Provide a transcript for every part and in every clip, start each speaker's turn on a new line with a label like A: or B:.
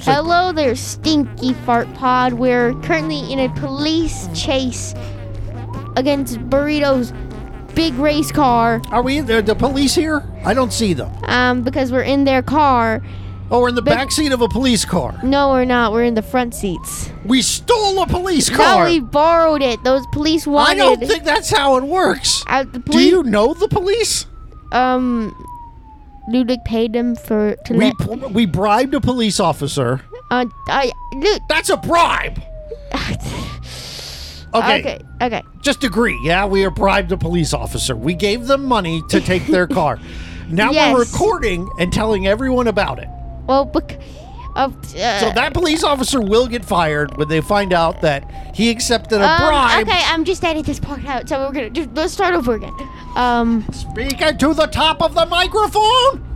A: Hello there, Stinky Fart Pod. We're currently in a police chase against Burrito's big race car
B: Are we? Are the police here? I don't see them.
A: um, because we're in their car.
B: Oh, we're in the
A: But-
B: back seat of a police car.
A: No, we're not. We're in the front seats.
B: We stole a police
A: No,
B: car.
A: we borrowed it. Those police wanted.
B: I don't think that's how it works.
A: Uh, the
B: Do
A: police,
B: you know the police?
A: um, Ludic paid them for to
B: We
A: let.
B: p- we bribed a police officer.
A: Uh, I, Luke.
B: That's a bribe. Okay,
A: okay. Okay.
B: just agree. Yeah, we bribed a police officer. We gave them money to take their car. Now
A: Yes.
B: we're recording and telling everyone about it.
A: Well, bec- of uh,
B: So that police officer will get fired when they find out that he accepted a
A: um,
B: bribe.
A: Okay, I'm just editing this part out, so we're gonna just let's start over again. Um.
B: Speaking to the top of the microphone.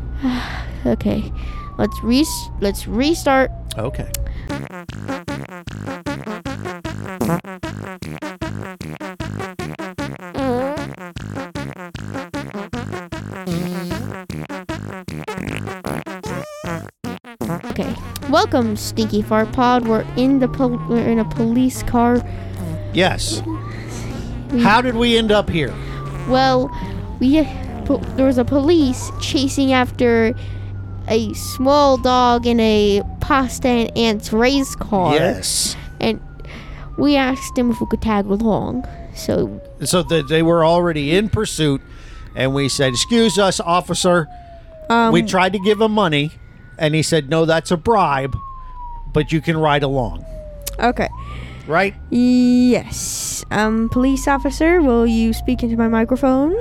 A: Okay. Let's re let's restart.
B: Okay.
A: Okay. Welcome, Stinky Fart Pod. We're in the pol- we're in a police car.
B: Yes. How did we end up here?
A: Well, we po- there was a police chasing after a small dog in a pasta and ants race car.
B: Yes.
A: And we asked him if we could tag along. So
B: So that they were already in pursuit, and we said, "Excuse us, officer." we tried to give him money, and he said, "No, that's a bribe, but you can ride along."
C: Okay.
B: Right?
C: Yes. Um, police officer, will you speak into my microphone?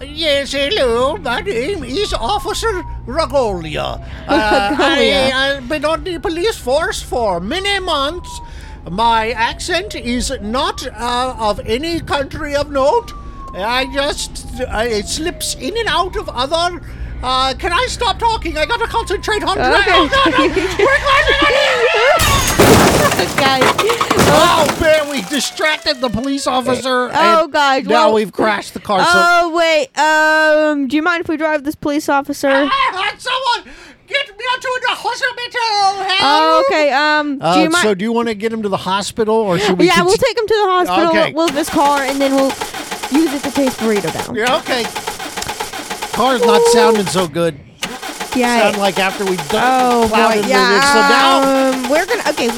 B: Yes, hello. My name is Officer Ragolia. Uh,
C: Ragolia.
B: I, have been on the police force for many months. My accent is not uh, of any country of note. I just, uh, it slips in and out of other. Uh, can I stop talking? I gotta concentrate on.
C: Okay.
B: Oh, no, no. We're climbing on here.
C: Guys.
B: oh man, we distracted the police officer.
C: Oh,
B: and
C: God,
B: Now
C: well-
B: we've crashed the car. so
C: Oh wait. Um, do you mind if we drive this police officer?
B: I heard someone get me to the hospital.
C: Oh, okay. Um, do you
B: Uh,
C: mind?
B: so do you want to get him to the hospital, or should we?
C: yeah, we'll
B: cont-
C: take him to the hospital
B: Okay.
C: with this car, and then we'll use it to chase burrito down.
B: Yeah, okay. Car's not sounding so good.
C: Yeah.
B: Sound like after we
C: oh
B: done plowed
C: boy.
B: into
C: Yeah.
B: it. So now,
C: um, we're gonna. Okay.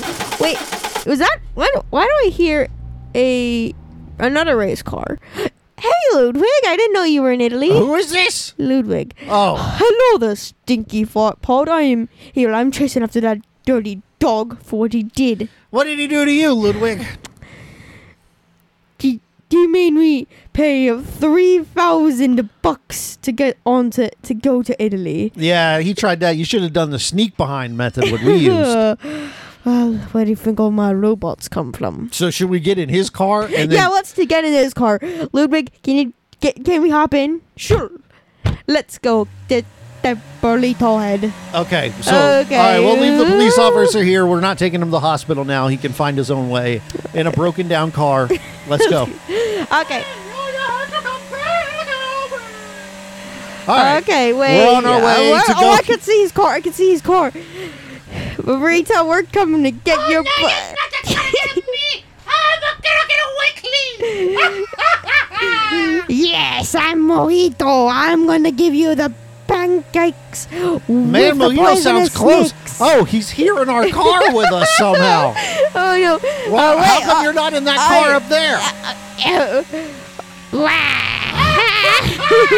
C: Wait. Was that? Why do, why do I hear a another race car? Hey, Ludwig. I didn't know you were in Italy.
B: who is this?
C: Ludwig.
B: Oh,
C: Hello there, stinky fart pod. I am here. I'm chasing after that dirty dog for what he did.
B: what did he do to you, Ludwig?
C: He, he made me pay three thousand bucks to get on to, to go to Italy.
B: Yeah, he tried that. You should have done the sneak behind method what we used.
C: Uh, well, where do you think all my robots come from?
B: So should we get in his car and then?
C: yeah, let's to get in this car. Ludwig, can you get, can we hop in? Sure. Let's go. Get that burly tall head.
B: okay, so
C: Okay.
B: all right, we'll leave the police officer here. We're not taking him to the hospital now. He can find his own way in a broken down car. Let's go.
C: Okay.
B: All right.
C: Okay, wait.
B: We're on our
C: Uh,
B: way
C: what-
B: to
C: oh,
B: go-
C: I can see his car. I can see his car. Rita, we're coming to get your.
D: No,
C: bu-
D: that's not the kind of me. I'm gonna get away clean.
C: yes, I'm Mojito. I'm gonna give you the pancakes.
B: Man,
C: Man,
B: Mojito sounds close. Oh, he's here in our car with us somehow.
C: Oh no!
B: Wow,
C: oh,
B: how
C: wait,
B: come
C: oh,
B: you're not in that car
C: I-
B: up there?
A: Oh.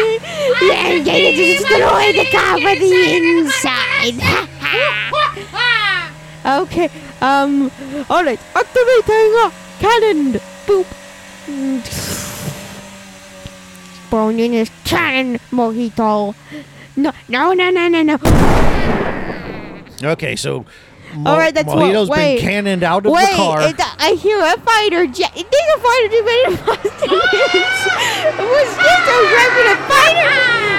C: you just destroy the car from the inside. okay. Um. All right. Activating uh, cannon. Boop.
A: Bone in his cannon, Mojito. No, no, no, no, no, no.
B: okay, so Mo-
C: All right, that's what-
B: Mojito's been
C: wait.
B: cannoned out of the
C: Wait,
B: car.
C: it, I hear a fighter jet. It is a fighter jet, but it was just a regular fighter.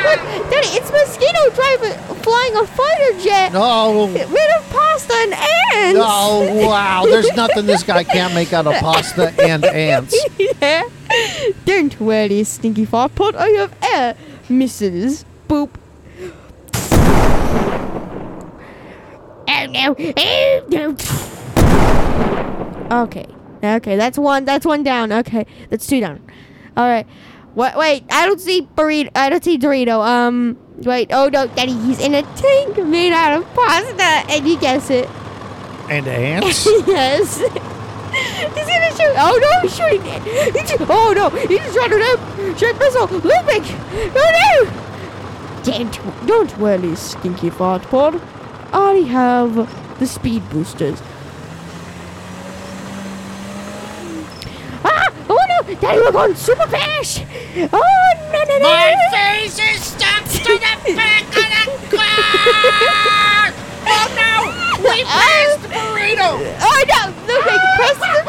C: Look, Daddy, it's mosquito driving, flying a fighter jet
B: Oh,
C: made of pasta and ants.
B: oh, wow. There's nothing this guy can't make out of pasta and ants.
C: yeah. Don't worry, Stinky Farpot. I Oh, have air missiles. Boop.
A: Oh no! Oh no!
C: Okay. Okay, that's one. That's one down. Okay, that's two down. All right. Wait, wait. I don't see burrito. I don't see Dorito. Um. Wait. Oh no, Daddy. He's in a tank made out of pasta, and you guess it.
B: And ants?
C: yes. He's gonna shoot. Oh no, he's shooting it. He's, oh no, he's trying to loop. Shot missile. Looping. Oh no. Don't, don't worry, stinky fart pod. I have the speed boosters. Ah! Oh no! Daddy, we're going super fast! Oh no no no!
D: My
C: no.
D: face is stuck to the back of the car! Oh no! We passed burrito!
C: Oh no! Looping, press the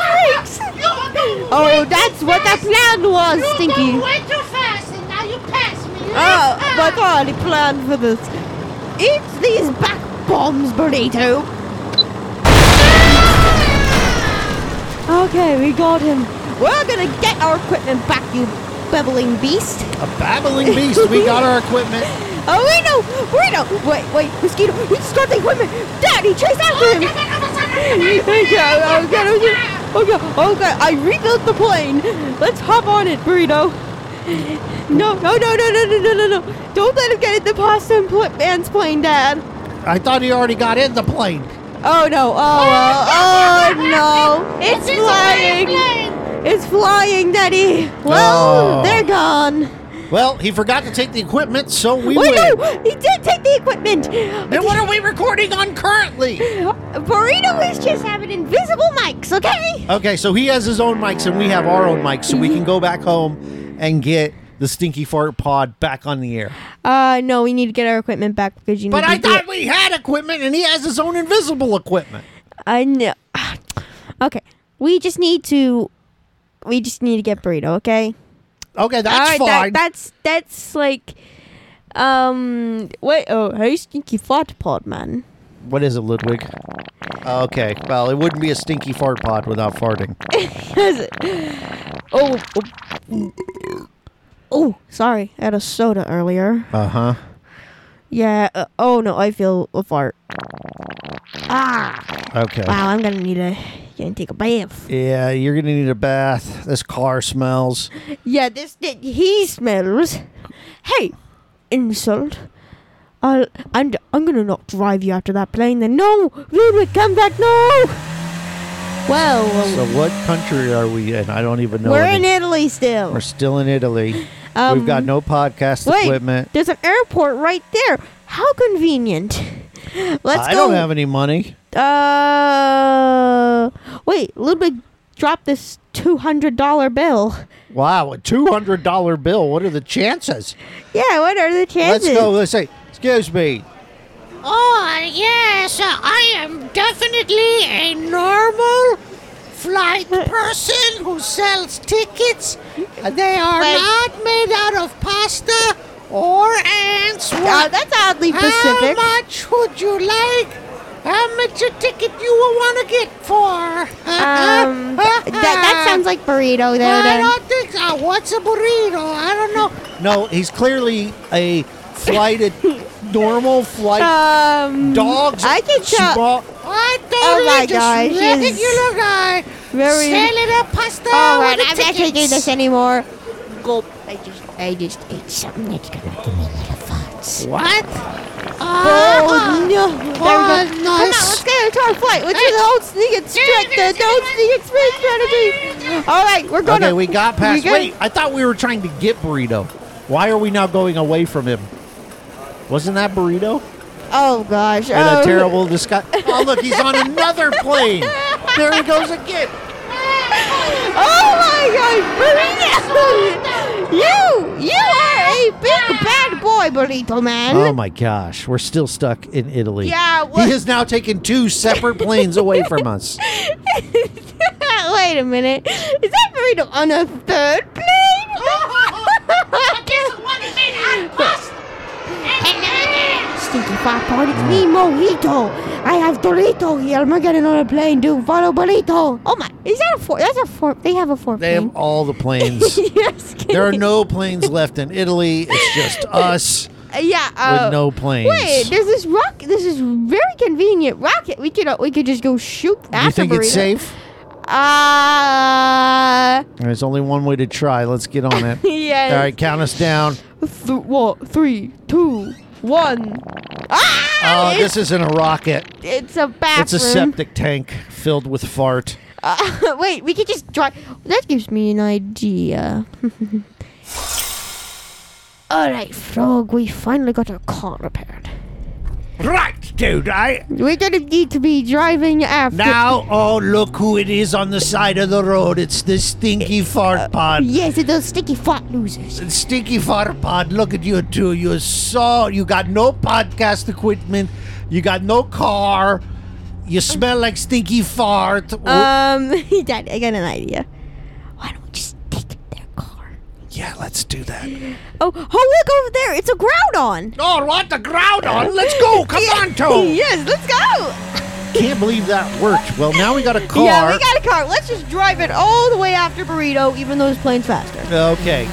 C: brakes!
D: You,
C: Oh, that's what the plan was, Stinky.
D: You go way too fast and now you pass me.
C: Oh, but I already planned for this. Eat these back bombs, burrito. Okay, we got him. We're gonna get our equipment back, you babbling beast.
B: A babbling beast. We got our equipment.
C: Oh, we know, we know. Wait, wait, mosquito, we just got the equipment. Daddy, chase after him. Okay, okay, okay, okay, okay. I rebuilt the plane. Let's hop on it, burrito. No, no, no, no, no, no, no, no, no. Don't let him get in the pasta and pl- man's plane, Dad.
B: I thought he already got in the plane.
C: Oh no! Oh, well, oh no! It's flying! It's flying, Daddy. Well,
B: Oh.
C: they're gone.
B: Well, he forgot to take the equipment, so we
C: Wait,
B: win.
C: no! He did take the equipment.
B: Then what are we recording on currently?
C: Burrito is just having invisible mics, okay?
B: Okay, so he has his own mics and we have our own mics, so we can go back home and get the stinky fart pod back on the air.
C: Uh, no, we need to get our equipment back because you.
B: But
C: need
B: I
C: to do
B: thought
C: it.
B: we had equipment and he has his own invisible equipment.
C: I know. okay, we just need to. We just need to get burrito, okay?
B: Okay,
C: All
B: that's
C: right, that-
B: fine.
C: that's that's like, um, wait. Oh, hey, stinky fart pod man.
B: what is it, Ludwig? Okay, well, it wouldn't be a stinky fart pod without farting.
C: Is it? Oh, oh. oh, sorry. I had a soda earlier.
B: Uh huh.
C: Yeah. Uh, oh no, I feel a fart. Ah!
B: Okay.
C: Wow, I'm gonna need a gonna take a bath.
B: Yeah, you're gonna need a bath. This car smells.
C: Yeah, this that he smells. Hey, insult. I'll, I'm I'm gonna not drive you after that plane. Then no, Ludwig, come back. No. Well,
B: So, what country are we in? I don't even know.
C: we're
B: any-
C: in Italy still.
B: We're still in Italy. We've got
C: Um,
B: no podcast
C: Wait,
B: equipment.
C: there's an airport right there. How convenient. Let's
B: I
C: go.
B: don't have any money.
C: uh, wait, Ludwig dropped this two hundred dollar bill.
B: Wow, a two hundred dollar bill. What are the chances?
C: Yeah, what are the
B: Let's
C: chances?
B: go. Let's say, excuse me.
D: Oh, yes, I am definitely a normal flight person who sells tickets. They are
C: Wait.
D: not made out of pasta or ants.
C: Uh,
D: What?
C: that's oddly
D: How
C: specific.
D: much would you like? How much a ticket you will want to get for?
C: Um, that, that sounds like burrito there.
D: I
C: Then.
D: don't think so. What's a burrito? I don't know.
B: No, he's clearly a flighted, normal flight
C: Um,
B: dogs.
C: I can tell.
B: small-
D: I
C: Oh
D: totally
C: my
D: just
C: gosh, she's
D: regular guy
C: very- Oh,
D: selling a pasta
C: All
D: with
C: right,
D: the
C: I'm not
D: tickets.
C: taking this anymore.
A: Gulp! I just, I just ate something that's gonna give me little farts.
D: What?
C: Oh
D: Ah,
C: no! There we go.
D: oh,
C: Come on, let's
D: nice.
C: get into our flight. Let's do the old sneak and trick. The the old sneak and trick strategy. All right, we're gonna.
B: Okay, we got past.
C: we gotta-
B: Wait, I thought we were trying to get burrito. Why are we now going away from him? Wasn't that burrito?
C: Oh gosh.
B: And
C: oh.
B: a terrible disgust. Oh look, he's on another plane. There he goes again.
C: Oh my gosh, burrito! you, you are a big bad boy, burrito man.
B: Oh my gosh, we're still stuck in Italy.
C: Yeah,
B: he
C: what-
B: has now taken two separate planes away from us.
C: Wait a minute. Is that burrito on a third plane?
D: This is what it made out of pasta.
E: Stinky Fat Pod. It's me, Mojito. I have Dorito here. I'm not getting on a plane, dude. Follow Burrito.
C: Oh my! Is that a four? That's a four. They have a four.
B: They have all the planes.
C: yes. kidding.
B: there are no planes left in Italy. It's just us
C: Uh, yeah. Uh,
B: with no planes.
C: Wait, there's this rock. This is very convenient rocket. We could uh, we could just go shoot after
B: you think it's
C: Burrito.
B: safe?
C: Uh,
B: There's only one way to try. Let's get on it.
C: Yes.
B: All right, count us down.
E: Th- what? Three, two, one.
B: Oh,
C: ah,
B: this isn't a rocket.
C: it's a bathroom.
B: It's a septic tank filled with fart.
C: Uh, wait, we could just drive. That gives me an idea. All right, Frog, we finally got our car repaired.
B: Right, dude. I
C: We're gonna need to be driving after.
B: now. Oh, look who it is on the side of the road. It's the stinky fart pod.
C: Yes, it's those sticky fart losers.
B: Stinky fart pod. Look at you two. You saw. You got no podcast equipment. You got no car. You smell like stinky fart. Oh,
C: Um, Dad, I got an idea. Why don't we just take their car?
B: yeah, let's do that.
C: Oh, oh, look over there! It's a Groudon.
B: Oh, what the ground on? Let's go. Come on, Toad.
C: Yes, let's go.
B: Can't believe that worked. Well, now we got a car.
E: Yeah, we got a car. Let's just drive it all the way after Burrito, even though his plane's faster.
B: Okay.